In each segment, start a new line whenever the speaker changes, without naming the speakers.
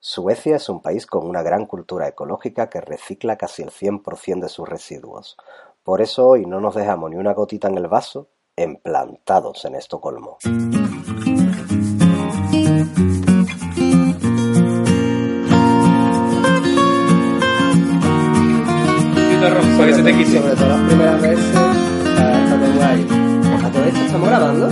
Suecia es un país con una gran cultura ecológica que recicla casi el 100% de sus residuos. Por eso hoy no nos dejamos ni una gotita en el vaso, emplantados en Estocolmo.
para que se te quise.
Sobre todo las primeras veces, ah, está muy guay.
¿A todo esto estamos grabando?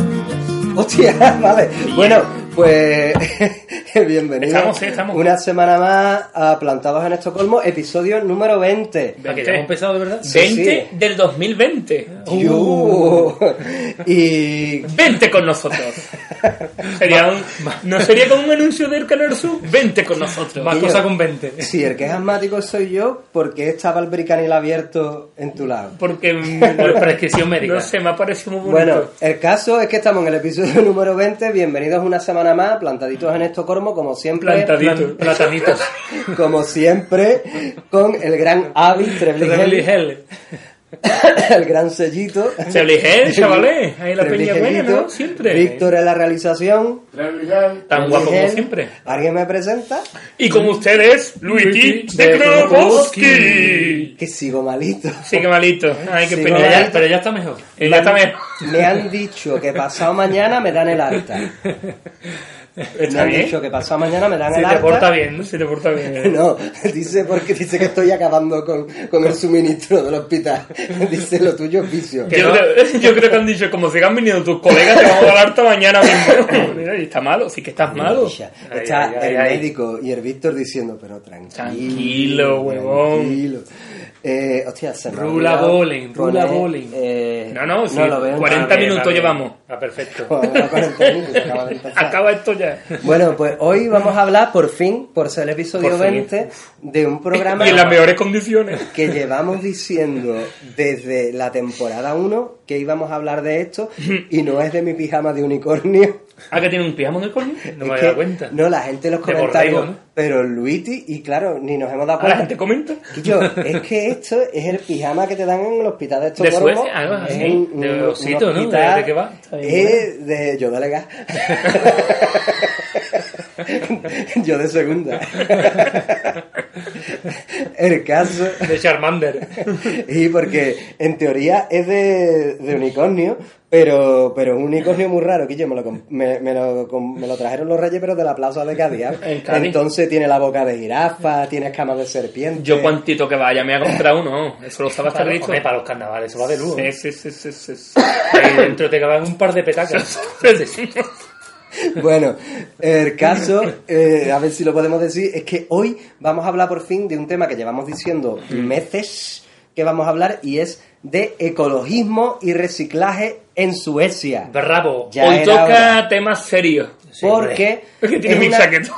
Hostia, vale. Bueno, pues bienvenido.
Estamos, sí, estamos.
Una semana más a Plantados en Estocolmo, episodio número 20.
¿A que ya hemos empezado de verdad?
Sí,
20
sí.
del 2020. Uh.
Yu. Uh. Y
Vente Uh, con nosotros. Sería un- no sería como un anuncio del Canal Sur. Vente con nosotros.
Más
Tío.
cosas con 20.
si el que es asmático soy yo, ¿por qué estaba el bricanil abierto en tu lado?
Porque mm,
Por prescripción médica.
no sé, me ha parecido muy bonito.
Bueno, el caso es que estamos en el episodio número 20. Bienvenidos una semana más, plantaditos en Estocolmo, como siempre.
Plantadito.
Plan- platanitos.
Como siempre, con el gran Avi
Rebel y
Trebligel,
Hell.
el gran sellito.
Se elige, chavales. Ahí la peña buena,
Trebligellito,
¿no? Siempre.
Víctor en la realización.
Tan guapo como
Trebligel.
siempre.
¿Alguien me presenta?
Y con ustedes, Luigi
Luigi
de
de
Grabowski.
Que sigo malito.
Sí, qué malito. Ay, qué
Sí,
pena.
Pero
vale.
ya, pero ya está mejor.
Eh, ya está mejor.
Me han dicho que pasado mañana me dan el alta. Me
Está
han
bien.
dicho que pasado mañana me dan
Se
el
te
alta.
porta bien, ¿no? Se te porta bien.
No, dice porque dice que estoy acabando con, con el suministro del hospital. Dice lo tuyo es vicio.
Yo,
no.
creo, yo creo que han dicho, como sigan viniendo tus colegas, te vamos a dar hasta mañana mismo. Mira, y está malo, sí que estás malo.
Está
Ay, ay,
el
ay, ay.
médico y el Víctor diciendo, pero tranquilo.
Tranquilo, huevón.
Tranquilo. Eh, hostia, se me ha
Rula
olvidado
bowling, rula
poner,
bowling.
eh,
No, no, sí,
lo veo.
40
Ah, bien.
minutos llevamos.
Está perfecto.
Joder, la 40 minutos, acaba de empezar.
Acaba esto ya.
Bueno, pues hoy vamos a hablar, por fin, por ser el episodio
Por fin.
20, de un programa
Y en las mejores condiciones.
que llevamos diciendo desde la temporada 1 que íbamos a hablar de esto y no es de mi pijama de unicornio.
Ah, que tiene un pijama de cornio.
Es
No me
que-
había dado cuenta.
No, la gente en los
De
comentarios.
borrego, ¿no?
Pero Luiti, y claro, ni nos hemos dado
A la
cuenta.
gente comenta.
Y Yo, es que esto es el pijama que te dan en el hospital de
De
Estocolmo.
Suecia, algo así,
Es un-
de
un-
osito,
un
¿no?
hospital,
¿De- de qué va? Está bien,
Es de yo de gas. yo de segunda. el caso.
De Charmander.
Y porque en teoría es de, de unicornio, pero, pero un unicornio muy raro, que yo me lo, com- me, me lo, com- me lo trajeron los reyes, pero de la plaza de Cádiz. ¿ah?
En Cádiz.
Entonces tiene la boca de jirafa, tiene escamas de serpiente.
Yo cuantito que vaya, me ha comprado uno. Eso lo sabe estar
Para,
listo.
hombre, para los carnavales, eso va de lujo.
Sí, sí, sí, sí, sí, sí.
Ahí dentro te caben un par de petacas.
Bueno, el caso, eh, a ver si lo podemos decir, es que hoy vamos a hablar por fin de un tema que llevamos diciendo meses que vamos a hablar y es de ecologismo y reciclaje en Suecia.
Bravo.
Ya
Hoy
era
toca
hora.
temas serios.
Porque
Es que tiene
es
mi
una-
chaqueta.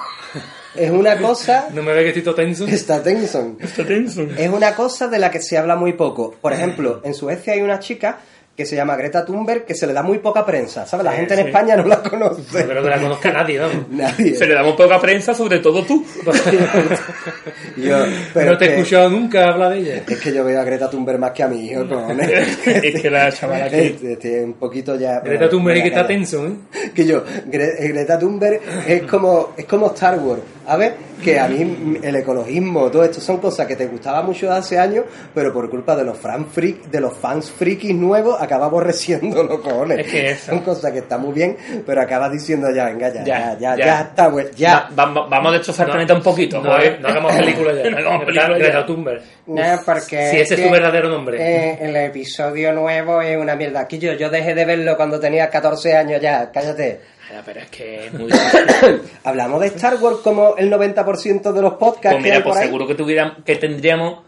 es una cosa...
No me ve que estoy todo tenso.
Está Tennyson.
Está tenso.
Es una cosa de la que se habla muy poco. Por ejemplo, en Suecia hay una chica que se llama Greta Thunberg que se le da muy poca prensa, ¿sabes? La gente en España no la
No
conoce.
creo que la conozca nadie, vamos.
Nadie.
Se le damos poca prensa, sobre todo tú.
Yo, pero
No te he
es que-
escuchado nunca hablar de ella.
Es que yo veo a Greta Thunberg más que a mi hijo, cojones.
es que la chavala aquí.
Este- este, un poquito ya...
Greta Thunberg
Venga,
que está
calla.
tenso, ¿eh?
que yo, Gre- eh, Greta Thunberg es como, es como Star Wars, ¿sabes? Que a mí mm, el ecologismo, todo esto son cosas que te gustaba mucho hace años, pero por culpa de los, fan freak, de los fans frikis nuevos acabamos reciendo los cojones.
Es que eso.
Son cosas que están muy bien, pero acabas diciendo ya, venga, ya,
Ya,
ya, ya,
ya.
ya, está, güey, ya.
Va- va- vamos a destrozar el
No,
planeta un poquito.
No,
joder.
no hagamos películas ya.
No hagamos
Greta,
películas ya.
Greta Thunberg.
No, porque
Si ese es
que,
tu verdadero nombre.
eh, el episodio nuevo es una mierda. Aquí yo, yo dejé de verlo cuando tenía 14 años ya, cállate.
Ya, pero es que es muy...
Hablamos de Star Wars como el 90% de los podcasts
Pues
que hay
mira,
por
pues
ahí.
seguro que tuviéramos, que tendríamos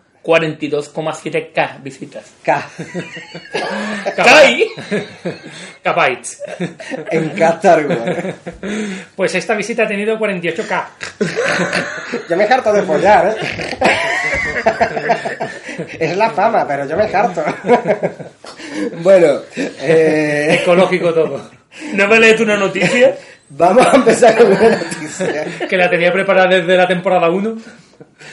42,7k visitas.
K.
¡Kai!
Capaits.
En K Star Wars.
Pues esta visita ha tenido 48k.
Yo me harto de follar, ¿eh? Es la fama, pero yo me harto. Bueno, eh,
Ecológico todo.
¿No me lees tú una noticia?
vamos a empezar con una noticia.
Que la tenía preparada desde la temporada 1.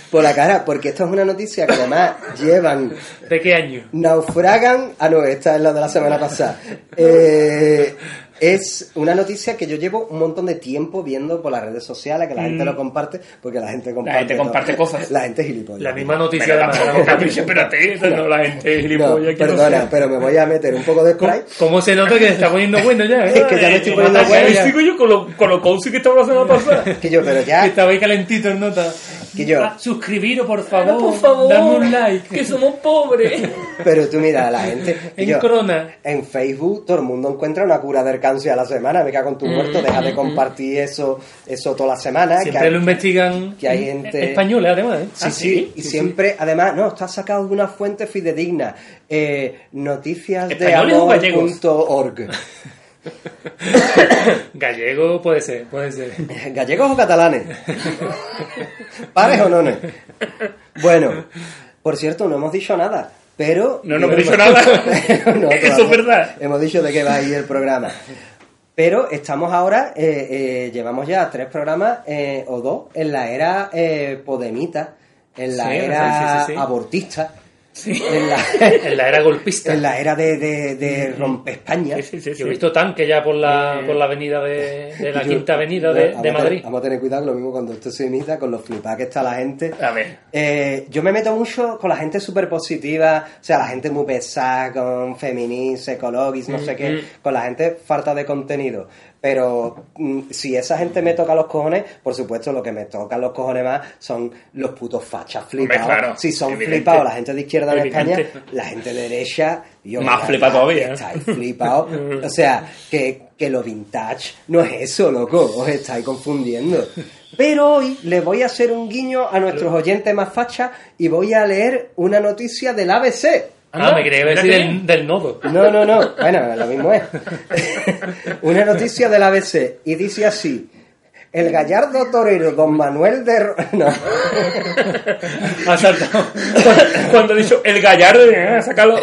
Por la cara, porque esto es una noticia que además llevan
¿De qué año?
Naufragan. Ah, no, esta es la de la semana pasada. Eh, es una noticia que yo llevo un montón de tiempo viendo por las redes sociales, que la gente lo comparte, porque la gente comparte.
Mm. gente comparte
todo.
cosas.
La gente es gilipollas.
La misma noticia
Pero
de
tampoco,
Málaga.
Capricho, espérate, eso no, la gente es
No,
pues,
gilipollas. que no
perdona,
sea.
pero me voy a meter un poco de spray.
¿Cómo se nota que se está poniendo bueno ya?
Es
¿eh?
que ya me estoy
Eh,
poniendo
Natalia,
huella.
sigo yo con lo, con lo cozy que estaba la semana pasada.
Que yo, pero
Que
ya,
estaba ahí calentito en nota.
que yo.
Ah, Suscribiros, por favor.
por favor.
Dadme un like.
que somos pobres.
Pero tú mira, la gente. que
En
yo,
corona.
en Facebook todo el mundo encuentra una cura del cáncer a la semana. Me cago en tu
Mm,
muerto, deja de compartir eso, eso toda la semana. Ah, que
Siempre
hay-
lo investigan
que hay gente-
españoles, además. ¿eh?
Sí,
Ah,
sí, y
sí,
siempre, además, no, está sacado de una fuente fidedigna. Eh, noticias de
Españoles o gallegos.
amor.org.
sí. Gallego puede ser, puede ser.
¿Gallegos o catalanes? ¿Pares o nones? Bueno, por cierto, no hemos dicho nada, pero...
No, no hemos dicho nada.
No,
Eso es
todavía.
verdad.
Hemos dicho de qué va a ir el programa. Pero estamos ahora, eh, eh, llevamos ya tres programas eh, o dos en la era eh, podemita, en la
Sí,
era
sí, sí, sí.
abortista, en, la,
En la era golpista.
en la era de, de, de rompe España.
Mm. Sí, sí, sí, sí.
Yo he visto tanque ya por la, por la avenida de, de la quinta avenida de,
Vamos
de
Eh, a tener-
Madrid.
vamos a tener cuidado lo mismo cuando esto se imita con los flipados que está la gente.
A ver.
Eh, yo me meto mucho con la gente súper positiva, o sea, la gente muy pesada, con feminismo, ecologis,
Mm,
no sé qué, con la gente falta de contenido. Pero mm, si esa gente me toca los cojones, por supuesto, lo que me toca los cojones más son los putos fachas flipados.
claro,
si son
evidente.
flipados la gente de izquierda en
Evidente.
España, la gente de derecha... Yo,
Más
mira,
flipa todavía, ¿eh?
Estáis flipados. O sea, que, que lo vintage no es eso, loco. Os estáis confundiendo. Pero hoy les voy a hacer un guiño a nuestros oyentes más fachas y voy a leer una noticia del ABC.
Ah, me creía que iba a
Mira
decir
qué
del, del nodo.
No, no, no. Bueno, lo mismo es. Una noticia del ABC y dice así. El gallardo torero don Manuel de... Ro- No.
Ha saltado.
Cuando he dicho el gallardo,
"Ah,
eh, sácalo.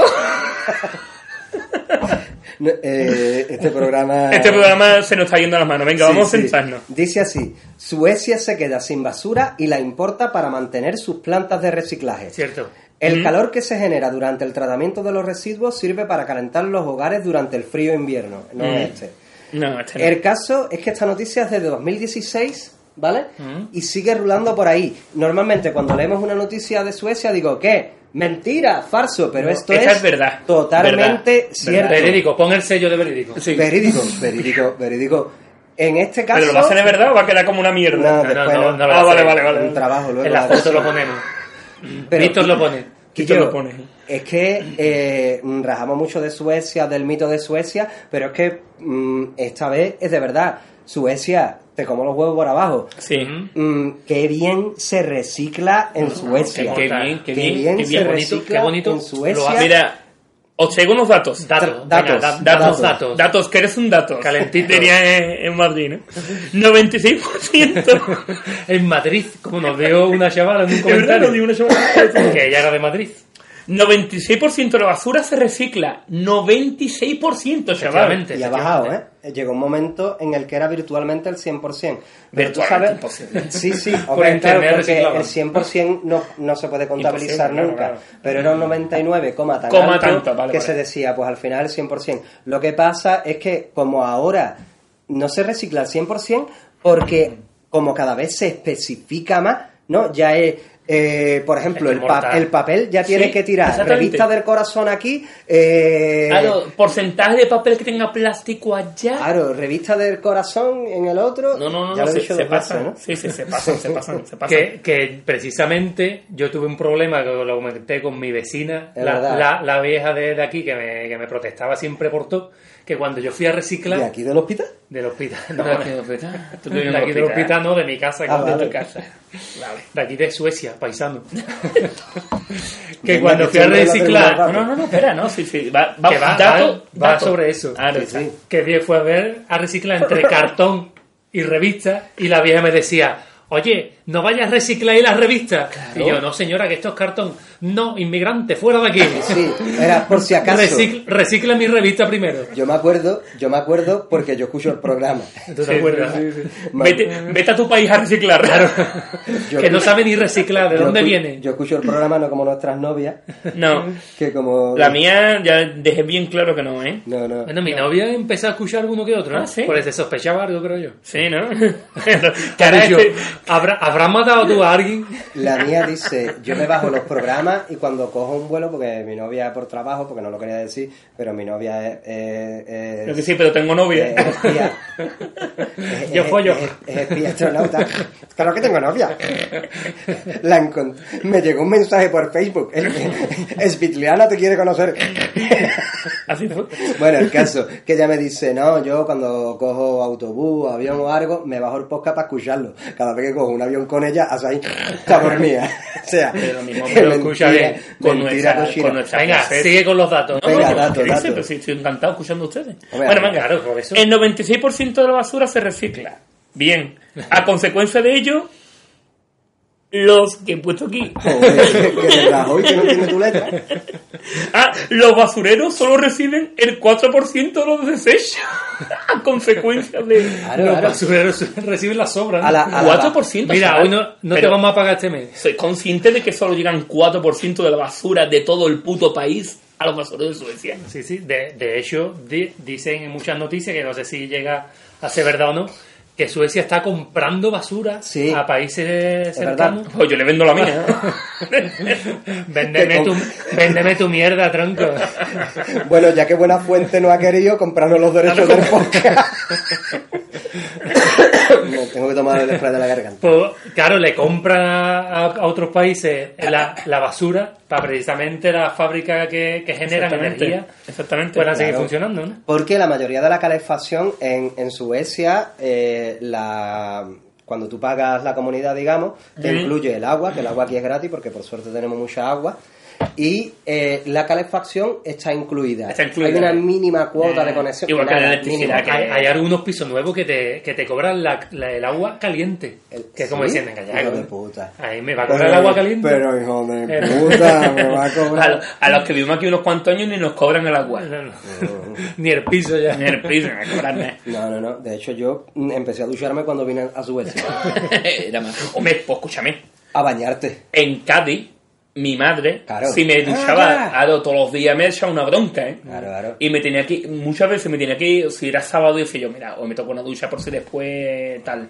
No, eh, este programa...
Este programa se nos está yendo a las manos. Venga,
Sí,
vamos a
sí.
sentarnos.
Dice así, Suecia se queda sin basura y la importa para mantener sus plantas de reciclaje.
Cierto.
El calor que se genera durante el tratamiento de los residuos sirve para calentar los hogares durante el frío invierno. No es este.
No, este no.
El caso es que esta noticia es de 2016, ¿vale? Y sigue rulando por ahí. Normalmente cuando leemos una noticia de Suecia digo, ¿qué? Mentira, falso, pero esto
esta
es,
es verdad.
totalmente
Verdad.
cierto.
Verídico, pon el sello de verídico.
Sí.
Verídico, verídico, verídico. En este caso...
¿Pero lo va a hacer de verdad o va a quedar como una
No,
No,
mierda?
no,
después
no,
no.
no lo
ah,
hace.
vale, vale, vale.
un trabajo luego.
En
la
la foto lo
versión.
ponemos.
Pero-
Víctor lo pone.
Que
Víctor
yo-
lo pone.
Es que eh, mm, rajamos mucho de Suecia, del mito de Suecia, pero es que mm, esta vez es de verdad. Suecia, te como los huevos por abajo.
Sí.
Mm, qué bien se recicla en Suecia.
qué bien, qué bien, qué
se
bien,
qué bonito,
recicla
qué bonito.
en Suecia.
Lo hace-
Mira, os traigo unos datos.
Datos,
Datos,
venga, da-
datos.
datos, datos.
Datos, que eres un dato.
Calentito.
Diría eh, en en Madrid, ¿no? 96%.
En Madrid, como nos dio una chavala en un
Es verdad,
comentario.
lo digo una semana.
Que ella era de Madrid.
96% de la basura se recicla. 96%, chaval.
Efectivamente.
Y ha bajado, ¿eh? Llegó un momento en el que era virtualmente el 100%. Pero tú sabes...
Virtualmente imposible.
Sí, sí,
Por
hombre, claro,
internet
porque
reciclaban.
el 100% no, no se puede contabilizar
Imposible, claro,
nunca,
claro.
pero era un 99, coma tan
Coma
alto
tanto, vale,
que
vale.
se decía, pues al final el 100%. Lo que pasa es que como ahora no se recicla el 100% porque como cada vez se especifica más, ¿no? Ya es... eh, por ejemplo,
Es
el, pa-
mortal.
el papel ya tiene
Sí,
que tirar
exactamente.
revista del corazón aquí, eh,
Claro, porcentaje de papel que tenga plástico allá.
Claro, revista del corazón en el otro.
No, no, no,
ya
no,
lo he
se,
dicho
se
dos veces,
pasan.
¿no?
Sí, sí, se pasan, se pasan, se pasan.
Que, que precisamente yo tuve un problema que lo comenté con mi vecina,
Es
la,
verdad.
la- la vieja de, de aquí que me, que me protestaba siempre por todo, que cuando yo fui a reciclar
¿Y aquí del hospital?
del hospital,
No,
no,
que no, peta. Tú que
de
no
aquí del
peta.
hospital, no, de mi casa,
Ah,
que es de
vale.
tu casa, de aquí de Suecia, gracias, paisano. que cuando fui a reciclar.
No, no, no, no, espera, no, sí, sí. Va, va,
que va,
dato,
va- va
dato.
sobre eso.
Ah, no,
Sí,
está.
sí. Que die fue a ver a reciclar entre cartón y revista y la vieja me decía, oye, no vayas a reciclar ahí las revistas. Y yo, no señora, que esto es cartón. No, inmigrante, fuera de aquí.
Sí, era por si acaso.
Recicla, recicla mi revista primero.
Yo me acuerdo, yo me acuerdo porque yo escucho el programa.
¿Tú te acuerdas?
Sí, sí. Vete, vete a tu país a reciclar.
Yo
que no
escucho-
sabe ni reciclar, ¿de
yo
dónde
escu-
viene?
Yo escucho el programa no como nuestras novias,
No.
que como
La mía ya dejé bien claro que no, ¿eh?
No, no.
Bueno, mi novia empezó a escuchar alguno que otro, ¿no?
Ah, ¿sí?
Por eso sospechaba algo, creo yo.
Sí, ¿no?
Claro, yo,
Caray,
¿habrá, ¿habrás matado tú a alguien?
La mía dice, yo me bajo los programas y cuando cojo un vuelo, porque mi novia por trabajo, porque no lo quería decir, pero mi novia es... es- es-
Yo que sí, pero tengo novia.
es espía. Es-
Yo
es-
follo.
Es, es espía eh, astronauta. Claro que tengo novia. La encont- Me llegó un mensaje por Facebook. Esbitliana te quiere conocer.
Así fue.
Bueno, el caso, que ella me dice, no, yo cuando cojo autobús, avión o algo, me bajo el podcast para escucharlo. Cada vez que cojo un avión con ella, hace ahí, está dormida. O sea,
Pero lo mismo,
que
pero escucha
mentira,
bien, con
mentira
nuestra-
cochina.
con nuestra-
Venga,
placer.
sigue con los datos.
No,
Venga,
no,
dato,
¿qué dice?
dato.
Pero sí, estoy encantado escuchando a ustedes.
Hombre,
bueno, venga.
Claro, por eso.
El 96% de la basura se recicla. Bien. A consecuencia de ello, los que he puesto aquí.
Joder, que te Rajoy, que no tiene tu letra.
Ah, los basureros solo reciben el 4% de los desechos. A consecuencia de.
Claro,
los
claro.
basureros reciben las obras.
A la- a la-
4%.
Mira,
chaval.
hoy no, no te
Pero
vamos a pagar este mes.
Soy consciente de que solo llegan 4% de la basura de todo el puto país a los basureros de Suecia.
Sí, sí. De, de hecho, di- dicen en muchas noticias, que no sé si llega a ser verdad o no, que Suecia está comprando basura
Sí.
a países
verdad.
cercanos.
Pues yo le vendo la mía.
Véndeme
Que
tu,
con-
véndeme tu mierda, tronco.
Bueno, ya que Buena Fuente no ha querido comprarnos los derechos del podcast. No, tengo que tomar el spray de la garganta.
Pues, claro, le compran a, a otros países la, la basura para precisamente la fábrica que, que generan
Exactamente.
energía
Exactamente.
puedan seguir
Claro.
Pues funcionando, ¿no?
Porque la mayoría de la calefacción en, en Suecia, eh, la, cuando tú pagas la comunidad, digamos, te incluye el agua, que el agua aquí es gratis porque por suerte tenemos mucha agua. Y eh, la calefacción está incluida.
Está incluida.
Hay una mínima cuota
Eh, Mm.
de conexión.
Igual que la
Nada,
electricidad,
mínima.
que-
Hay, hay algunos pisos nuevos que te, que te cobran la- la- el agua caliente.
El-
que es como
¿sí?
diciendo, "Venga, ya,
Hijo de
güey,
puta.
Ahí me va a cobrar el agua caliente.
Pero hijo
Eh.
de
Pero-
puta, me va a
A, lo-
cobrar.
a los que vivimos aquí unos cuantos años ni nos cobran el agua.
No, no. Ni el piso ya.
Ni el piso, ni me cobran nada.
No, no, no. De hecho, yo mm, empecé a ducharme cuando vine a Suecia.
Era más. Hombre, pues escúchame.
A bañarte.
En Cádiz, mi madre,
Claro.
si
Ah,
me duchaba
ya.
a lo- todos los días, me echaba una bronca, ¿eh?
Claro, claro.
Y me tenía que, muchas veces me tenía que ir, si era sábado, decía yo, mira, o me toco una ducha por si después tal.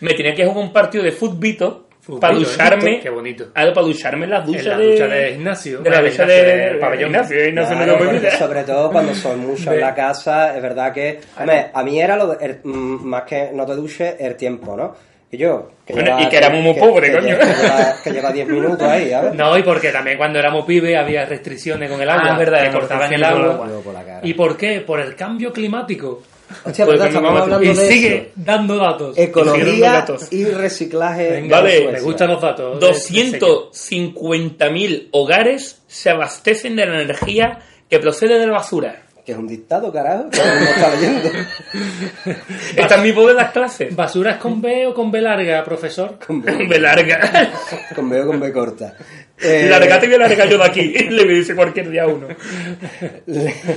Me tenía que jugar un partido de futbito
Futbito,
para
¿eh?
ducharme.
Qué bonito.
Ah, para ducharme en las duchas
En la
de-
ducha de gimnasio.
De la
Bueno,
ducha
gimnasio,
de-
del pabellón.
gimnasio, y no se me
Claro,
lo
porque
permite.
sobre todo cuando son muchos en la casa, es verdad que...
Ah,
Hombre, a mí era lo de- el- mm, más que no te duches, el tiempo, ¿no? Y yo...
Bueno, y que éramos muy pobres,
que
coño.
lle- Que lleva- que lleva 10 minutos ahí, ¿sabes?
No, y porque también cuando éramos pibes había restricciones con el agua.
Ah, verdad,
que
las
cortaban el
restricciones con el
agua.
Luego por la cara.
¿Y por qué? Por el cambio climático.
Hostia,
Pues
¿verdad?
que me
Estamos
mama-
hablando
Y
de
sigue
eso.
dando datos.
Siguen los
Ecología
datos.
y reciclaje. en
Venga,
Vale,
Suecia.
me gustan los datos.
250.000 hogares se abastecen de la energía que procede de la basura.
Que es un dictado, carajo. que no está leyendo.
Esta es mi voz de las clases.
¿Basuras con B o con B larga, profesor?
Con B,
Me larga.
con B, o con B corta. Eh,
Larga, te voy a largar yo de aquí. Le dice cualquier día a uno.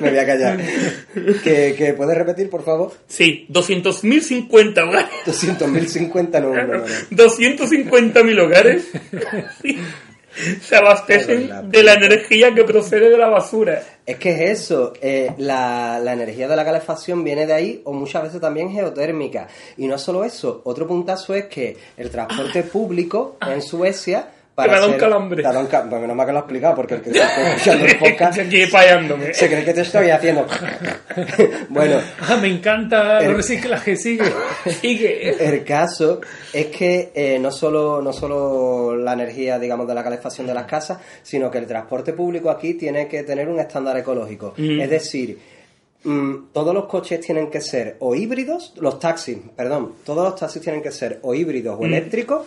Me voy a callar. ¿Que, que puedes repetir, por favor?
Sí, 200.050 hogares.
200.050 no, no, no, no.
250.000 hogares sí, se abastecen de la energía que procede de la basura.
Es que es eso. eh, la, la energía de la calefacción viene de ahí o muchas veces también geotérmica. Y no solo eso. Otro puntazo es que el transporte público en Suecia...
me ha dado un
hacer-
calambre.
te ha dado un ca- Pues menos mal que lo he explicado porque el que está escuchando el podcast
Aquí fallándome.
se cree que te estoy haciendo. bueno,
Ah, me encanta
El- Ah,
los reciclajes, sigue.
Sigue.
El caso es que eh, no solo no solo la energía, digamos, de la calefacción de las casas, sino que el transporte público aquí tiene que tener un estándar ecológico. Es decir, mm, todos los coches tienen que ser o híbridos, los taxis, perdón, todos los taxis tienen que ser o híbridos o eléctricos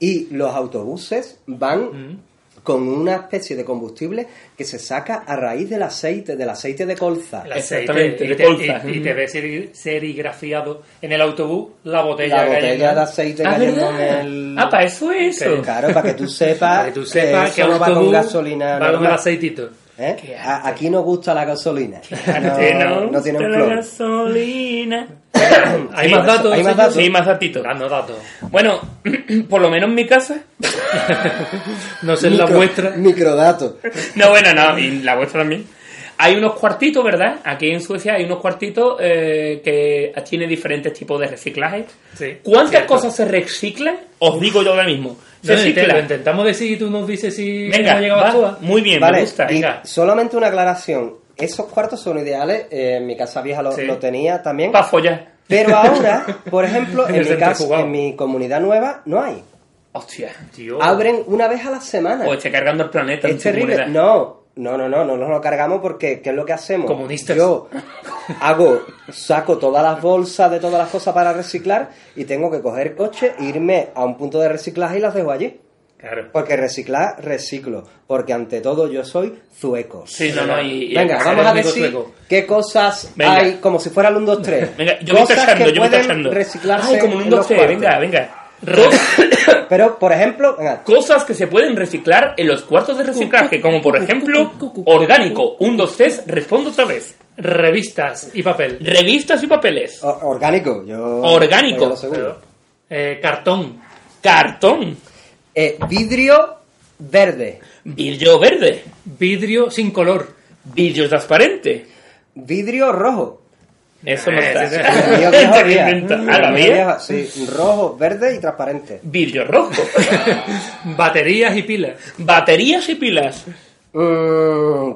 y los autobuses van con una especie de combustible que se saca a raíz del aceite, del aceite de colza.
El aceite,
Exactamente,
y
de
te,
colza.
y- y te ves seri- serigrafiado en el autobús la botella,
La
cayendo.
botella de aceite
Ah,
cayendo en
¿verdad?
el...
Ah, para eso es eso.
Claro, para que tú sepas
Para que tú sepas que
eso no eh, va con
autobús
gasolina.
va con el
normal,
aceitito.
¿eh?
Qué
A-
arte.
Aquí no gusta la gasolina.
Arte,
No, no tiene un
Pero
flor.
gasolina.
Hay más datos.
hay más
señor?
datos.
Sí, más datitos.
Dando datos.
Bueno, por lo menos en mi casa.
No sé la
Micro-
vuestra.
Microdato.
No, bueno, no, y la vuestra también. Hay unos cuartitos, ¿verdad? Aquí en Suecia hay unos cuartitos eh, que tienen diferentes tipos de reciclaje.
Sí,
¿Cuántas
cierto.
cosas se reciclan? Os digo yo ahora mismo. Se
No, no, te- lo
reciclan.
intentamos decir y tú nos dices si
Venga,
no llegabas
va,
tú ¿eh? a-
muy bien, me
Vale,
gusta.
y
Venga.
solamente una aclaración. Esos cuartos son ideales. eh, en mi casa vieja lo,
Sí.
lo tenía también.
Para follar.
Pero ahora, por ejemplo,
En
en
el
mi,
centro
casa,
jugado.
en mi comunidad nueva no hay.
Hostia.
Tío.
Abren una vez a la semana.
Pues
O esté cargando el planeta. en
Es
tu
terrible.
comunidad.
No, no, no, no, no nos lo cargamos porque ¿qué es lo que hacemos?
Comunistas.
Yo hago, saco todas las bolsas de todas las cosas para reciclar y tengo que coger coche, e irme a un punto de reciclaje y las dejo allí.
Claro.
Porque reciclar, reciclo. Porque ante todo yo soy zueco.
Sí, no, no. Y, y-
Venga,
el
vamos a
caser es muy
decir
zueco.
qué cosas
Venga.
hay, como si fuera el 1, 2, 3.
Venga, yo voy
cosas
tachando,
que
yo voy
pueden
tachando.
reciclarse
Ay, como un
en los
2
cuartos.
venga, venga.
Pero, por ejemplo, venga,
Cosas que se pueden reciclar en los cuartos de reciclaje, como por ejemplo, orgánico, un 2, 3, respondo otra vez.
Revistas y papel.
Revistas y papeles.
o- orgánico. Yo,
Orgánico.
yo lo seguro.
Eh, cartón.
Cartón.
Eh, vidrio verde.
Vidrio verde.
Vidrio sin color.
Vidrio transparente.
Vidrio rojo.
Eso no está.
Ese
El mío viejo
Te lo
había.
inventa.
El
Ah, la
mío
mía.
viejo, Sí, rojo, verde y transparente.
Vidrio rojo.
Baterías y pilas.
Baterías y pilas.
Mm,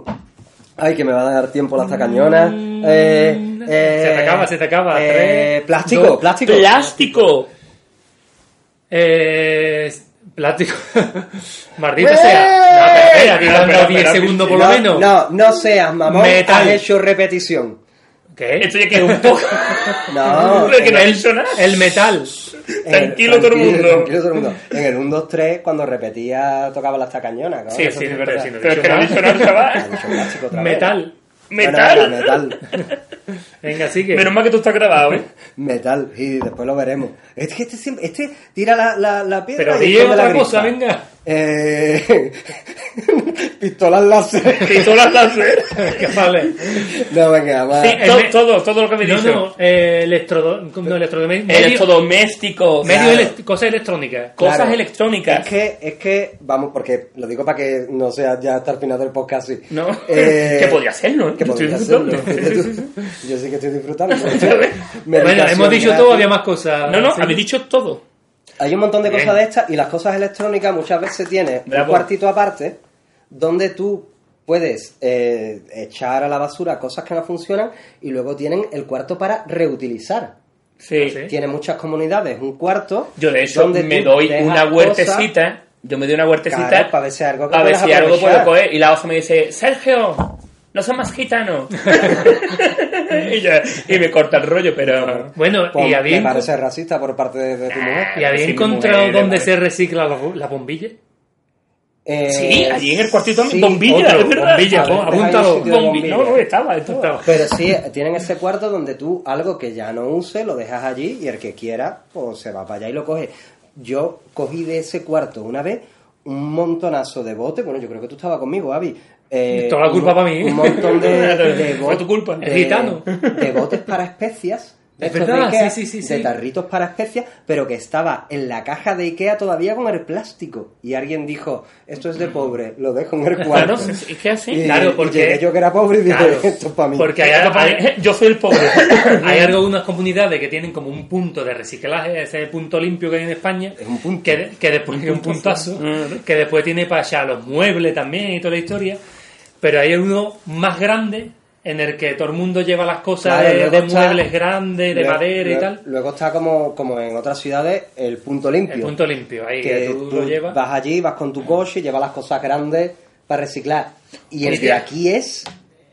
Ay, que me va a dar tiempo las tacañonas. Eh, eh,
Se te acaba, se te acaba.
eh,
Tres,
plástico,
dos,
plástico.
Plástico.
Eh, plástico. Maldita sea. No, pero espera, te
No,
han
pero,
dado 10
pero,
segundos por
¡Eh! no,
lo menos.
No, no seas mamón. Has
Metal.
hecho repetición.
¿Qué?
Esto ya queda un poco.
No,
Hombre, que
en
no he
el-
dicho nada.
El metal.
en el-
tranquilo todo el mundo.
Tranquilo todo el mundo. En el 1, 2, 3, cuando repetía, tocaba las tacañonas. cabrón.
Sí,
Eso
sí, es
es
verdad.
sí, no he
Pero es
dicho
que no he
nada.
dicho nada,
ha
chaval.
dicho plástico otra vez.
Metal.
Bueno,
Metal.
venga, metal.
Venga, sigue.
Menos mal que tú estás grabado, ¿eh?
Metal, y después lo veremos. Es que este, siempre- este tira la, la, la piedra
Pero
y
di
esconde la
otra
gripa.
cosa, venga.
Eh, pistolas láser.
Pistolas láser.
Que vale.
No, venga, va.
Sí,
el
to-
me-
todo, todo lo que me
No,
dices.
no, eh, electrodo, no electrodoméstico.
Electrodomésticos.
medio
Claro.
elect- cosas electrónicas.
cosas
Claro.
electrónicas.
Es que, es que, vamos, porque lo digo para que no sea ya hasta el final del podcast así.
No.
Eh,
que podría hacerlo, ¿eh?
que
Yo estoy
podría
disfrutando.
hacerlo.
Sí, sí, sí.
Yo sí que estoy disfrutando.
Bueno, hemos dicho todo, había más cosas.
No, no,
Sí.
habéis dicho todo.
Hay un montón de
Bien.
cosas de estas y las cosas electrónicas muchas veces tienen un
Bravo.
cuartito aparte donde tú puedes eh, echar a la basura cosas que no funcionan y luego tienen el cuarto para reutilizar.
Sí.
¿Sí?
Tiene muchas comunidades, un cuarto.
Yo de hecho
donde
me
tú
doy
dejas
una
cosas-
huertecita. Yo me doy una huertecita
Claro, para ver si algo que
para ver
puedas
si algo puedo
aprovechar.
coger. Y la osa me dice, Sergio, no seas más gitano. y, ya- y me corta el rollo, pero...
Bueno,
Pues,
y había,
me parece racista por parte de, de tu
Ah,
mujer.
y había
Sí, mi
encontrado
mujer,
dónde
vale.
se recicla la, bo- la bombilla.
Eh,
Sí, allí en el cuartito
sí,
bombilla,
otro,
es verdad.
bombilla,
A ver,
apúntalo,
hay un sitio de
Bombi- No, no, estaba, esto estaba.
Pero sí, tienen ese cuarto donde tú algo que ya no use lo dejas allí y el que quiera pues se va para allá y lo coge. Yo cogí de ese cuarto una vez un montonazo de bote, bueno yo creo que tú estabas conmigo, Avi. Eh,
Toda la
un-
culpa para mí, ¿eh?
Un montón de, de
Fue tu culpa.
de-
Es gitano.
De botes para especias. de
Es
estos de
verdad,
Ikea,
sí, sí, sí,
De
sí.
tarritos para especias, pero que estaba en la caja de Ikea todavía con el plástico. Y alguien dijo, esto es de
Mm.
pobre, lo dejo en el
Claro,
cuarto.
es que así.
Y-
Claro,
y
porque-
llegué yo que era pobre y dije,
Claro,
esto es para mí.
porque hay, hay,
Yo soy el pobre.
hay algunas comunidades que tienen como un punto de reciclaje, ese punto limpio que hay en España,
Es un punto.
que, que después es un puntazo, que después tiene para allá los muebles también y toda la historia, pero hay uno más grande en el que todo el mundo lleva las cosas
Claro,
de,
luego
de
está-
muebles grandes, de
Luego-
madera y
luego-
tal.
Luego está como, como en otras ciudades el punto limpio.
El punto limpio, ahí que
que
tú,
tú
lo llevas.
vas allí, vas con tu coche, llevas las cosas grandes para reciclar. Y el de
Hostia.
aquí es...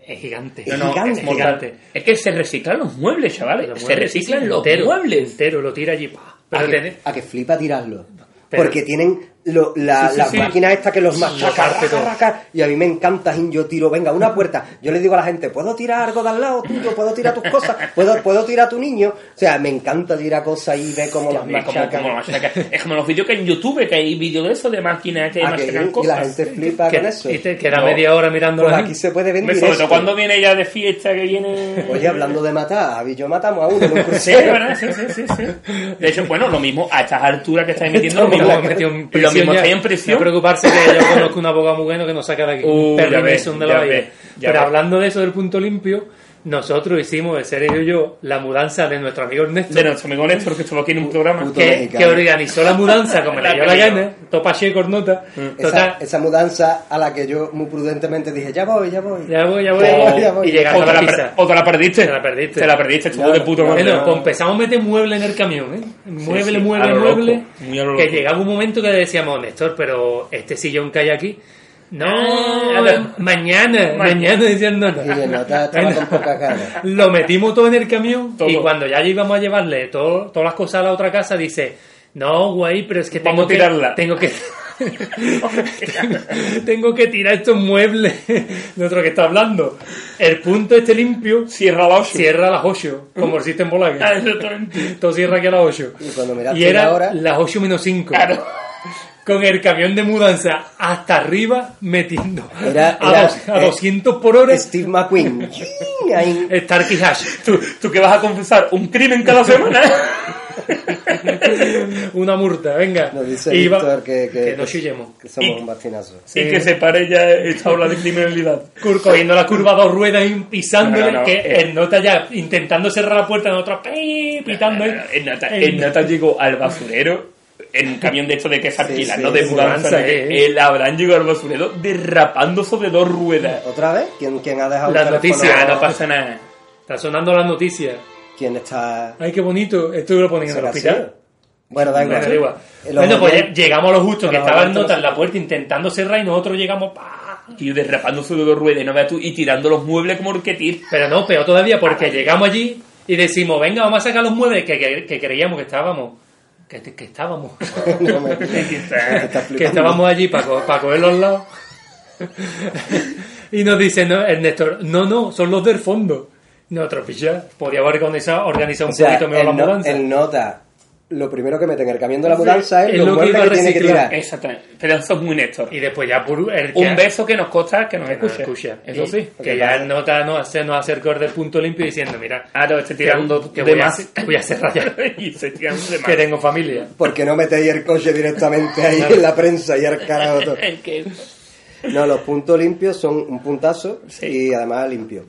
Es gigante.
Es gigante.
es gigante.
Es que se reciclan los muebles, chavales.
Los
se
muebles,
reciclan
sí, sí,
los
entero,
muebles.
Ah,
Entero, lo tira allí. pa. Pero
a, que,
tenés-
a que flipa tirarlo.
Pero-
porque tienen lo- la,
Sí, sí,
las
sí.
máquinas estas que los
Sí,
machacan.
aparte
raca,
todo.
raca, y a mí me encanta, Jin, yo tiro, venga, una puerta. Yo le digo a la gente, ¿puedo tirar algo de al lado tuyo? ¿Puedo tirar tus cosas? ¿Puedo, ¿Puedo tirar a tu niño? O sea, me encanta tirar cosas y ver cómo las
Es como,
machacan.
como la machaca. Es como los vídeos que hay en YouTube, que hay vídeos de eso, de máquinas que
Ah, que-
machacan
y
cosas.
la gente flipa
que,
con eso.
y te- que era
No.
media hora mirando
Pues
la
aquí se puede
Hombre,
vender
sobre
esto.
todo cuando viene ella de fiesta, que viene...
Oye, hablando de matar, Javi y yo matamos a uno en un
Sí,
crucero.
¿verdad? Sí, sí, sí, sí. De hecho, bueno, lo mismo a estas alturas que estáis metiendo, lo mismo,
Lo metió en prisión
lo mismo
ya.
estáis en
No
prisión.
preocuparse que yo conozco un abogado muy bueno que nos saca de aquí.
Uh,
Un perro
ya
y me
ves,
hizo un de
ya
la vida.
ves, ya
Pero
ves.
hablando de eso del punto limpio, nosotros hicimos, Sergio y yo, la mudanza de nuestro amigo Ernesto.
de nuestro amigo Néstor, que estuvo aquí en un programa.
puto
que,
mexicano.
que organizó la mudanza como
La Mm.
le dio la
que dio.
gana, topa y cornota. Mm, Total,
Esa, esa mudanza a la que yo muy prudentemente dije, ya voy, ya voy.
ya voy, ya voy.
Oh, ya
y
voy.
llegaste
o, te
a
la
la
per-
pizza.
o te la perdiste.
Te la perdiste.
Te la perdiste, estuvo
Ya,
de puto madre.
Bueno, pues empezamos a meter mueble en el camión, ¿eh? Mueble,
Sí, sí,
mueble,
a lo
mueble.
loco, muy a lo
que
loco.
llegaba un momento que decíamos, Néstor, pero este sillón que hay aquí. No,
Ah,
eh, mañana, mañana diciendo no.
Y yo, no, ta- estaba con pocas ganas.
Lo metimos todo en el camión
Todo.
y cuando ya íbamos a llevarle todo- todas las cosas a la otra casa, dice, no, güey, pero es que tengo
Vamos a
que...
tirarla".
Tengo que... tengo que tirar estos muebles de otro que está hablando. El punto este limpio
Cierra la opción.
cierra a las 8, como el sistema
Ah,
Bolaga.
Exactamente.
Todo cierra aquí a las 8.
Y cuando miraste
Y era
la hora-
las 8 menos 5.
Claro.
Con el camión de mudanza hasta arriba metiendo.
Era-
a,
era-
dos- a
eh,
200 por hora.
Steve McQueen. ¡Ying! Ahí.
Stark y Hash.
¿Tú, tú que vas a confesar un crimen cada semana.
Una multa, venga.
Nos dice
Y va-
Víctor que, que,
que nos chillemos.
que somos un bastinazo.
Y que se pare ya esta ola de criminalidad.
Cur- Cogiendo la curva a dos ruedas y pisándole,
No, no, no,
que
eh.
el nota ya intentando cerrar la puerta, nosotros pi- pitando. ahí.
El Eh, Nata, el Nata llegó al basurero en un camión de esto de que se alquilan,
sí,
no de
sí,
mudanza.
mudanza,
¿eh?
eh.
El Abraham llegó al basurero derrapando sobre dos ruedas.
¿Otra vez? ¿Quién, quién ha dejado
La
el
noticia,
teléfono?
Ah, no pasa-
nada.
Está sonando las noticias.
¿Quién está...?
Ay, qué bonito. Esto lo ponen en el
¿Será
hospital.
así? Bueno, da igual.
Bueno, da igual.
Los
Bueno, pues
oyentes-
ya llegamos a lo justo, que
Los
estaba el
oyentes
nota
no
en la puerta intentando cerrar y nosotros llegamos. ¡pa!
Tío, derrapando sobre dos ruedas, no veas tú, y tirando los muebles como orquetil.
Pero no, peor todavía, porque llegamos allí y decimos, venga, vamos a sacar los muebles que, que- que creíamos que estábamos. Que, que estábamos.
No me- está
que
flipando.
estábamos allí para, para coger los lados. y nos dice no, el Néstor, no, no, son los del fondo. Nosotros, pues ya, podía haber organizado, organizado
O
un
sea,
poquito mejor
el,
la
no-
mudanza.
el nota, lo primero que mete en el camión de la mudanza es
Es
los
lo que
muebles
iba a
que tiene que
reciclar.
tirar.
Exactamente. Pero eso es muy Néstor.
Y después ya por el que-
Un beso que nos consta que nos
que nos
escucha.
escucha.
Eso
Y-
sí.
Que ya el nota no se nos acercó del punto limpio diciendo, mira,
Ah, no, este tirando
que
de
voy a-
más.
que voy a cerrar ya.
y se tirando de más.
que tengo familia.
¿Por qué no metéis el coche directamente ahí en la prensa y al carajo todo?
Que-
No, los puntos limpios son un puntazo y además limpio.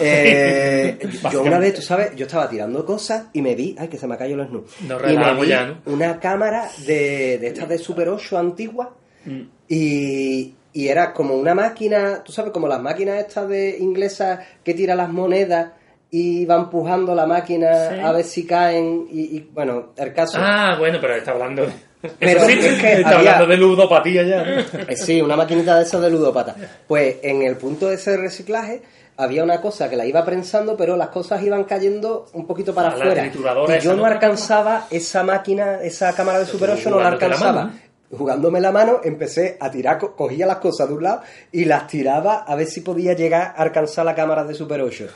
Eh, yo una vez, tú sabes, yo estaba tirando cosas y me vi, ay, que se me ha caído los snus.
Nos
y me
relajamos
vi
ya, ¿no?
una cámara de, de estas de Super 8 antigua
Mm.
y, y era como una máquina, tú sabes, como las máquinas estas de inglesas que tira las monedas y van empujando la máquina a ver si caen y, y, bueno, el caso.
Ah, bueno, pero está hablando.
Pero
Eso
es que
está
había-
hablando de ludopatía ya. ¿no?
Eh, Sí, una maquinita de esas de ludopata. Pues en el punto de ese reciclaje había una cosa que la iba prensando, pero las cosas iban cayendo un poquito para
A Ah, la
afuera.
trituradora
Y yo
esa,
no
¿no?
alcanzaba esa máquina, esa cámara de Super 8, no la
jugándote la
alcanzaba.
mano,
Jugándome la mano, empecé a tirar, co- cogía las cosas de un lado y las tiraba a ver si podía llegar a alcanzar la cámara de Super 8.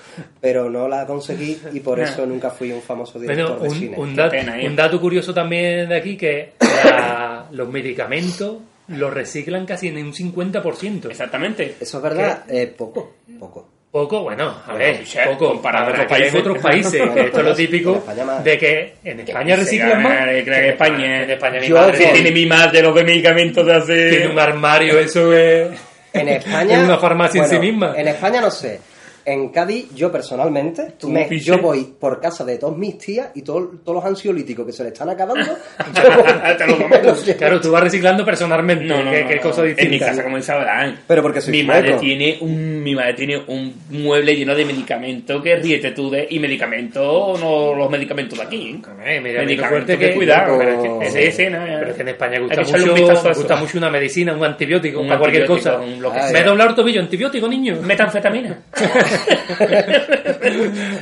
Pero no la conseguí y por eso nunca fui un famoso director
Bueno,
de
un,
cine.
un dato,
pena, ¿eh?
un dato curioso también de aquí que la- los medicamentos los reciclan casi en un 50%.
Exactamente.
Eso es verdad, eh, poco, poco.
Poco, bueno, a
Bueno,
ver,
ya,
poco
comparado
para
con
otros
otros
países.
países.
otros países.
Bueno,
Esto es lo
en
típico
España más.
de que en España
Se
reciclan
gana,
más.
que creo que España,
en España mi
Yo
madre
voy.
Tiene mi madre los de medicamentos de hace...
tiene un armario, eso es.
En España.
Es una farmacia en sí misma.
En España no sé. En Cádiz, yo personalmente, me-
piche.
yo voy por casa de todas mis tías y todo- todos los ansiolíticos que se le están acabando. yo voy-
Te lo
y me los llevo.
Claro, tú vas reciclando personalmente.
No, no,
que,
no,
que
no.
cosa
En mi
distinta.
casa, como dice Abraham.
Pero porque soy
mi
sueco.
madre tiene un mi madre tiene un mueble lleno de medicamentos que ríete tú de y medicamentos no los medicamentos de aquí.
Eh, mira, mira,
medicamentos
fuerte
que
que,
cuidado, pero
Oh.
es que ese ese, no,
Pero es que en España
Hay
gusta
que echarle
mucho,
un vistazo a eso.
gusta mucho una medicina, un antibiótico,
Un
una cualquier
antibiótico,
cosa.
un lo que
Me
sea.
he doblado el tobillo, antibiótico, niño.
metanfetamina.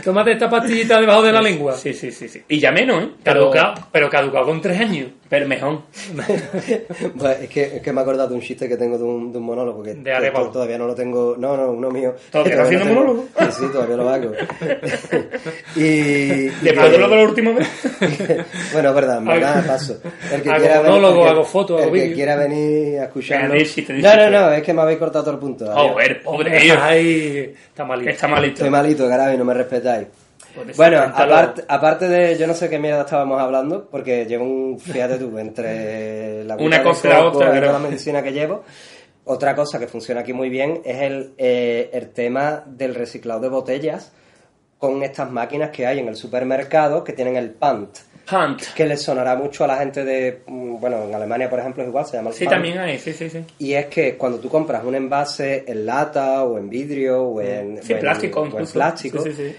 Tómate esta pastillita debajo de la lengua.
Sí, sí, sí, sí. Y ya menos, ¿eh? Pero-
Caducado, pero caducado con tres años.
Pero, Bermejón.
Pues es, que, es que me he acordado de un chiste que tengo de un, de un monólogo que,
De Arevalo.
que todavía no lo tengo. No, no, uno mío. Que
¿Todavía está haciendo
no tengo.
monólogo?
Sí, sí, todavía lo hago. y. y-
¿De Pablo de la última vez?
bueno, es verdad, en verdad,
Hago-
paso. El que
hago
quiera venir-
monólogo,
el que-
hago foto, hago
El que
vídeo.
quiera venir a escucharlo.
Venga, di chiste, di
No, no,
chiste.
no, es que me habéis cortado todo el punto.
Ah,
Adiós.
Joder, pobre tío.
Ay, está malito.
Está malito.
Estoy malito, Garabi, no me respetáis.
Pues
Bueno,
desacántalo.
aparte, aparte de yo no sé qué mierda estábamos hablando, porque llevo un, fíjate tú, entre la
Una
culpa
cosa y
del
la
coco
otra,
y toda
pero-
la medicina que llevo. Otra cosa que funciona aquí muy bien es el, eh, el tema del reciclado de botellas con estas máquinas que hay en el supermercado que tienen el PANT,
Hunt.
que les sonará mucho a la gente de, mm, bueno, en Alemania por ejemplo es igual, se llama el
Sí,
Pant.
también hay, sí, sí, sí.
Y es que cuando tú compras un envase en lata o en vidrio o en,
Sí,
o en-
plástico,
o en
incluso.
plástico,
Sí, sí, sí.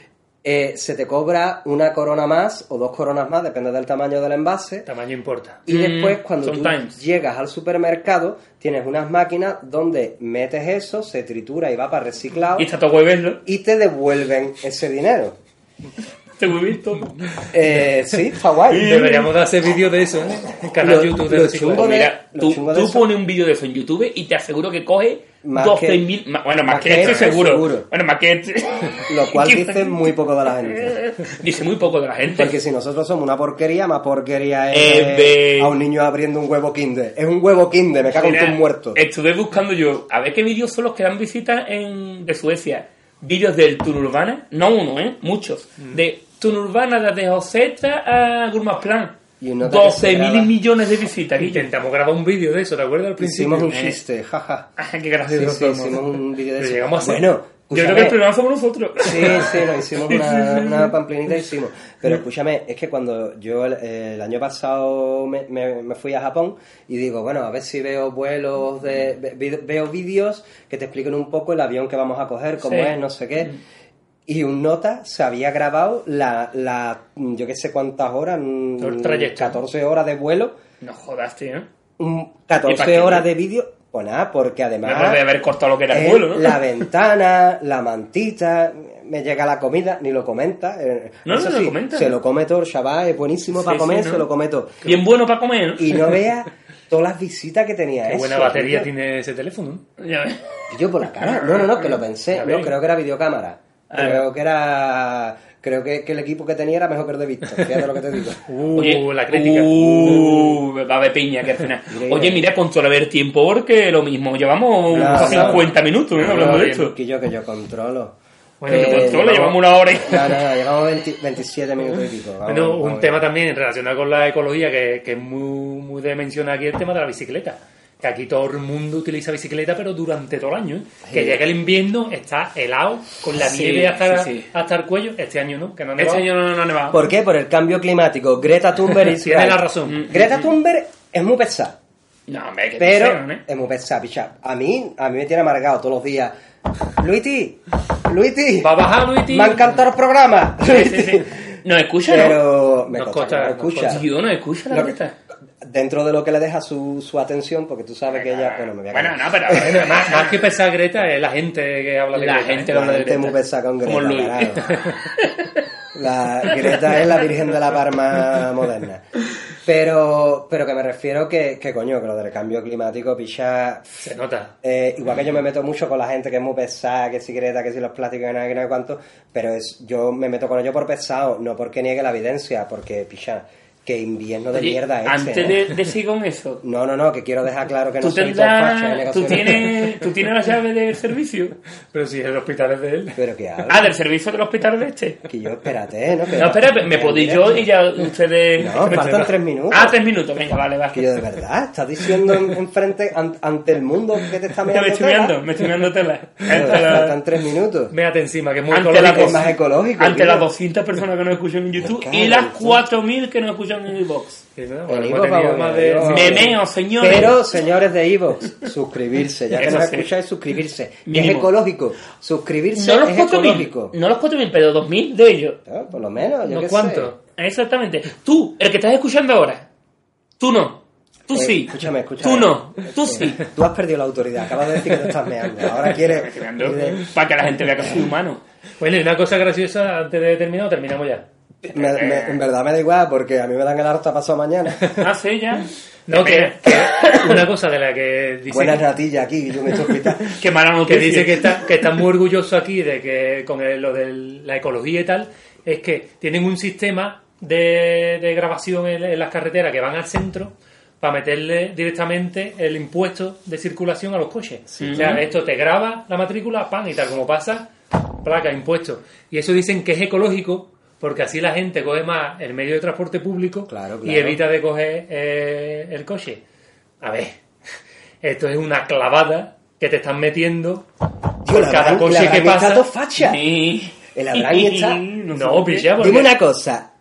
eh, se te cobra una corona más o dos coronas más, depende del tamaño del envase.
Tamaño importa.
Y después,
Mm,
cuando
sometimes.
tú llegas al supermercado, tienes unas máquinas donde metes eso, se tritura y va para reciclado
Y está todo hueverlo.
y te devuelven ese dinero.
Te huevín todo.
Eh, sí, está guay.
Deberíamos de hacer vídeo de eso, ¿eh? El canal
Lo-
YouTube de
lo
reciclaje.
chungo de-
Pues Mira,
lo
tú,
chungo de
tú
eso-
pones un vídeo de eso en YouTube y te aseguro que coge
Más
12.000. ma- Bueno, más, que, este, seguro. Bueno, más que este.
Lo cual dice muy poco de la gente.
Dice muy poco de la gente.
Porque si nosotros somos una porquería, más porquería es
Eh, de-
a un niño abriendo un huevo kinder. Es un huevo kinder, me cago en
Mira, eh,
tus muertos.
Estuve buscando yo a ver qué vídeos son los que dan visitas en, de Suecia. Vídeos del Tururbana, no uno, ¿eh? Muchos.
Mm.
De Tururbana desde Joseta a Gourmet Plan.
Y una que se
12.000
graba.
millones de visitas. Guille.
Intentamos grabar un vídeo de eso, ¿te acuerdas al principio?
Hicimos un
eh.
chiste, jaja.
Ah, qué
Sí,
gracioso.
sí,
somos.
hicimos un vídeo de
Pero
eso.
llegamos a hacer-
Bueno,
Yo creo
escúchame.
que el problema somos nosotros.
Sí, sí, nos hicimos una, una pamplinita y hicimos. Pero escúchame, es que cuando yo el, el año pasado me, me- me fui a Japón y digo, bueno, a ver si veo vuelos, de, ve- ve- veo vídeos que te expliquen un poco el avión que vamos a coger, cómo
Sí.
es, no sé qué. Y un nota se había grabado la, la yo qué sé cuántas horas, mm,
Todo el trayecto.
14 horas de vuelo,
No jodas, tío.
mm,
¿Y para qué?
14 horas de vídeo. Pues nada, porque
Me
además...
de haber cortado lo que era el
Eh,
vuelo, ¿no?
La ventana, la mantita, me llega la comida, ni lo comenta. eh,
No,
eso
no lo
sí,
comenta.
Se lo come todo, el chaval, es buenísimo
Sí,
para comer,
sí, ¿no?
se lo come todo.
Bien bueno para comer, ¿no?
Y no vea todas las visitas que tenía
Qué
eso,
buena batería
tío.
tiene ese teléfono, ¿no?
Ya ves.
Yo por la cara. No, no, no, que lo pensé.
Ya
No,
ves.
creo que era videocámara.
Ah.
Creo que era. Creo que, que el equipo que tenía era mejor que el de Víctor. Fíjate lo que te digo.
Uh, la crítica.
Uh, va de piña que al final. Oye, mira, controla ver tiempo porque lo mismo. Llevamos
Claro.
50 minutos ¿eh? hablando de esto.
Que yo, que yo controlo. Eh,
Bueno, que
controla, llevamos una hora y-
No, no, no, llevamos 20 27 minutos y pico. Vamos,
Bueno,
vamos
Uh, un
bien.
tema también relacionado con la ecología que, que es muy, muy de mencionar aquí el tema de la bicicleta. Que aquí todo el mundo utiliza bicicleta, pero durante todo el año. ¿eh? Que llega el invierno, está helado, con la
Sí,
nieve hasta,
sí, sí.
hasta el cuello. Este año no, que no ha
Este
nevado.
año no, no ha nevado.
¿Por qué? Por el cambio climático. Greta Thunberg is
Tiene
right.
la razón.
Greta Thunberg es muy pesada,
No, hombre, que
pero
pusieron, ¿eh?
es muy pesada, picha. A mí, a mí me tiene amargado todos los días. Luiti, Luiti,
Va a bajar, Luis.
me ha encantado el programa.
Sí, sí, sí. Nos escucha, ¿no?
Pero me
Nos
consta que
consta-
no escucha.
nos
Tío, nos escucha la
Lo que-
neta.
dentro de lo que le deja su, su atención, porque tú sabes que ella, bueno, me voy a
Bueno,
callar.
no, Ah, pero. pero
Más, más que pensar Greta es la gente que habla de
La
Greta, ¿eh?
gente que
La
habla de
gente
Greta.
muy pesada con Greta.
Como Luis.
claro. La Greta es la Virgen de la Parma moderna. Pero, pero que me refiero que, que coño, que lo del cambio climático, picha,
Se nota.
Eh, igual que yo me meto mucho con la gente que es muy pesada, que si Greta, que si los plásticos, que nada, que nada, cuánto, pero es, yo me meto con ellos por pesado, no porque niegue la evidencia, porque, picha, que invierno de
Oye,
mierda este, es.
Antes de, de seguir con eso,
No, no, no, que quiero dejar claro que no
tú,
soy
tendrás-
todo facha, hay
tú,
negaciones.
tienes, tú tienes la llave del servicio.
Pero si el hospital es de él.
Pero que hablo,
Ah, del servicio del hospital de este.
que yo, espérate, ¿eh? No, que-
No, espera, me podéis yo y ya ustedes.
No, faltan tres minutos.
Ah, tres minutos, venga, vale, va.
Que yo, de verdad, estás diciendo en- enfrente, an- ante el mundo que te está
Me
meando
estoy
tela.
mirando, me estoy mirando tela.
Joder,
Ante la-
Faltan tres minutos.
Méate encima, que es muy
Ante
ecológico.
la
Es más ecológico.
ante
tío.
las 200 personas que nos escuchan en YouTube
cago
y
en
las
todo.
4.000 que nos escuchan en iVoox.
Sí, ¿no?
El
Hemos
Ivo,
tenido
vamos,
más de-
el Ivo.
Me meo, señores.
Pero, señores de Ivo, suscribirse. Ya que
Eso
nos
sí.
escucháis, suscribirse. Que Es
Mínimo.
ecológico. Suscribirse
No los
es
4.000,
ecológico.
no los 4.000, pero 2.000 de ellos.
Eh, por lo menos, yo
¿No
qué
cuánto?
Exactamente. Tú, el que estás escuchando ahora. Tú no. Tú
sé. Eh,
sí.
Escúchame, escúchame.
Tú no. Tú
Eh,
sí.
Tú has perdido la autoridad. Acabas de decir que te estás meando. Ahora quieres...
Para que la gente vea que soy humano.
Bueno, y una cosa graciosa antes de terminar, o terminamos ya.
Me- me- en verdad me da igual porque a mí me dan el harta pasado mañana.
Ah, sí, ya.
No, que, que una cosa de la que dice
Buenas natillas aquí, yo me estoy hospital.
Qué mala
que
noticia.
dice que está, que está muy orgulloso aquí de que con el- lo de la ecología y tal, es que tienen un sistema de, de grabación en, en las carreteras que van al centro para meterle directamente el impuesto de circulación a los coches. O sea, esto te graba la matrícula, pan y tal, como pasa, placa, impuesto. Y eso dicen que es ecológico porque así la gente coge más el medio de transporte público
Claro,
y
claro.
evita de coger eh, el coche. A ver, esto es una clavada que te están metiendo
Tío,
por
la
cada
Abraham- la
coche que
Abraham está
pasa.
todo facha.
Sí.
El Abraham está-
No,
No,
sé.
pilla, porque...
Dime una cosa.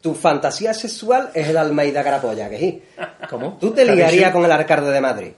Tu fantasía sexual es el Almeida Carapolla, que sí.
¿Cómo?
Tú te ligarías con el alcalde de Madrid.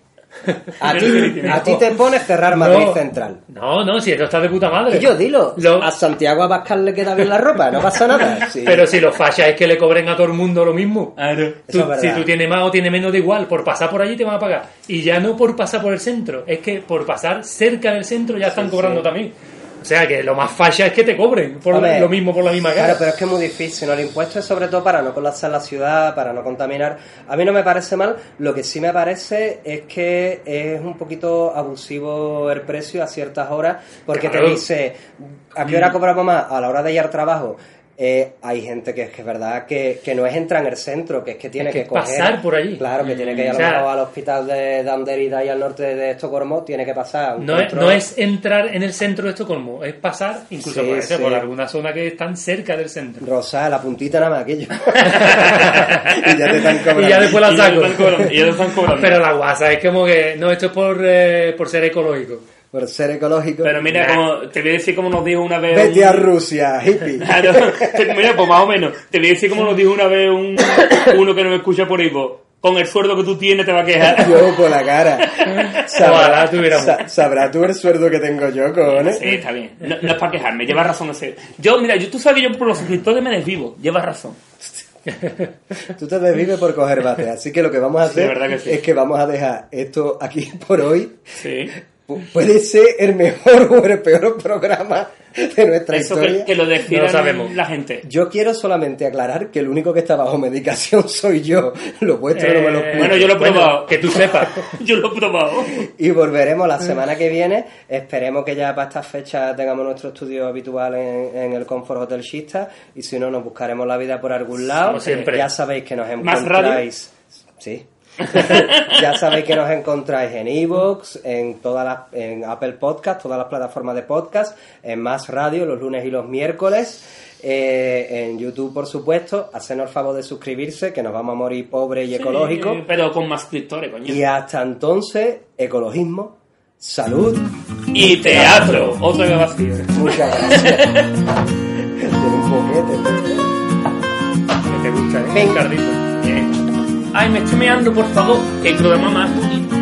A ti, a ti te pones cerrar Madrid
No.
Central.
No, no, si esto está de puta madre.
Y yo, dilo. Ah,
Lo-
A Santiago Abascal le queda bien la ropa, no pasa nada. Sí.
Pero si lo fachas es que le cobren a todo el mundo lo mismo.
Claro.
Tú-
Ah, Eso es verdad.
si tú tienes más o tienes menos, da igual. Por pasar por allí te van a pagar. Y ya no por pasar por el centro. Es que por pasar cerca del centro ya están cobrando también. O sea que lo más facha es que te cobren por
Hombre,
lo mismo por la misma cara.
Claro, pero es que es muy difícil. ¿no? El impuesto es sobre todo para no colapsar la ciudad, para no contaminar. A mí no me parece mal. Lo que sí me parece es que es un poquito abusivo el precio a ciertas horas, porque
Claro. Mm.
te dice, ¿a qué hora cobramos más? A la hora de ir al trabajo. Eh, hay gente que es que es verdad que, que no es entrar en el centro, que es que tiene
Es que
que, coger.
pasar por allí.
Claro, que tiene que ir a
o
lo
sea,
mejor al hospital de Danderida y al norte de Estocolmo, tiene que pasar. un
No es,
control.
no es entrar en el centro de Estocolmo, es pasar incluso
Sí,
por, ese-
sí.
por alguna zona que están cerca del centro.
Rosa, la puntita nada más aquello. y ya te están cobrando.
Y ya después la
Y ya
saco.
lo están cobrando, y ya lo están cobrando.
Pero la guasa es como que, no, esto es por, eh, por ser ecológico.
Por ser ecológico.
Pero mira, como, te voy a decir como nos dijo una vez.
Vete
un-
a Rusia, hippie.
Claro, te- mira, pues más o menos. Te voy a decir como nos dijo una vez un, uno que no me escucha por Ivo. Con el sueldo que tú tienes te va a quejar.
Yo por la cara.
Ojalá tuviéramos.
sa- sabrá tú el sueldo que tengo yo, cojones.
Sí, está bien. No, no es para quejarme, lleva razón ese. Yo, mira, yo, tú sabes que yo por los suscriptores me desvivo. Lleva razón.
Tú te desvives por coger bate. Así que lo que vamos a
Sí,
hacer
verdad que sí.
es que vamos a dejar esto aquí por hoy.
Sí.
Pu- Puede ser el mejor o el peor programa de nuestra
Eso que,
historia.
que lo decida
No lo sabemos.
la gente.
Yo quiero solamente aclarar que el único que está bajo medicación soy yo. Lo vuestro no me lo
Eh,
explico.
Bueno, yo lo he probado.
que tú sepas.
Yo lo he probado.
Y volveremos la semana que viene. Esperemos que ya para estas fechas tengamos nuestro estudio habitual en, en el Confort Hotel Shista. Y si no, nos buscaremos la vida por algún lado.
Como siempre.
Ya sabéis que nos
¿Más
encontráis. Sí. ya sabéis que nos encontráis en Evox, en todas las, en Apple Podcast, todas las plataformas de podcast, en Más Radio los lunes y los miércoles, eh, en YouTube por supuesto. Hacednos el favor de suscribirse, que nos vamos a morir pobre y
eh,
ecológico.
Sí, Eh, pero con más suscriptores, coño.
Y hasta entonces, ecologismo, salud,
Y teatro. Otra que vacío.
muchas gracias. Tiene un boquete.
Que te gusta, ¿eh?
Venga.
Cardito.
Bien. Ay, me estoy meando, por favor. Que creo de mamá.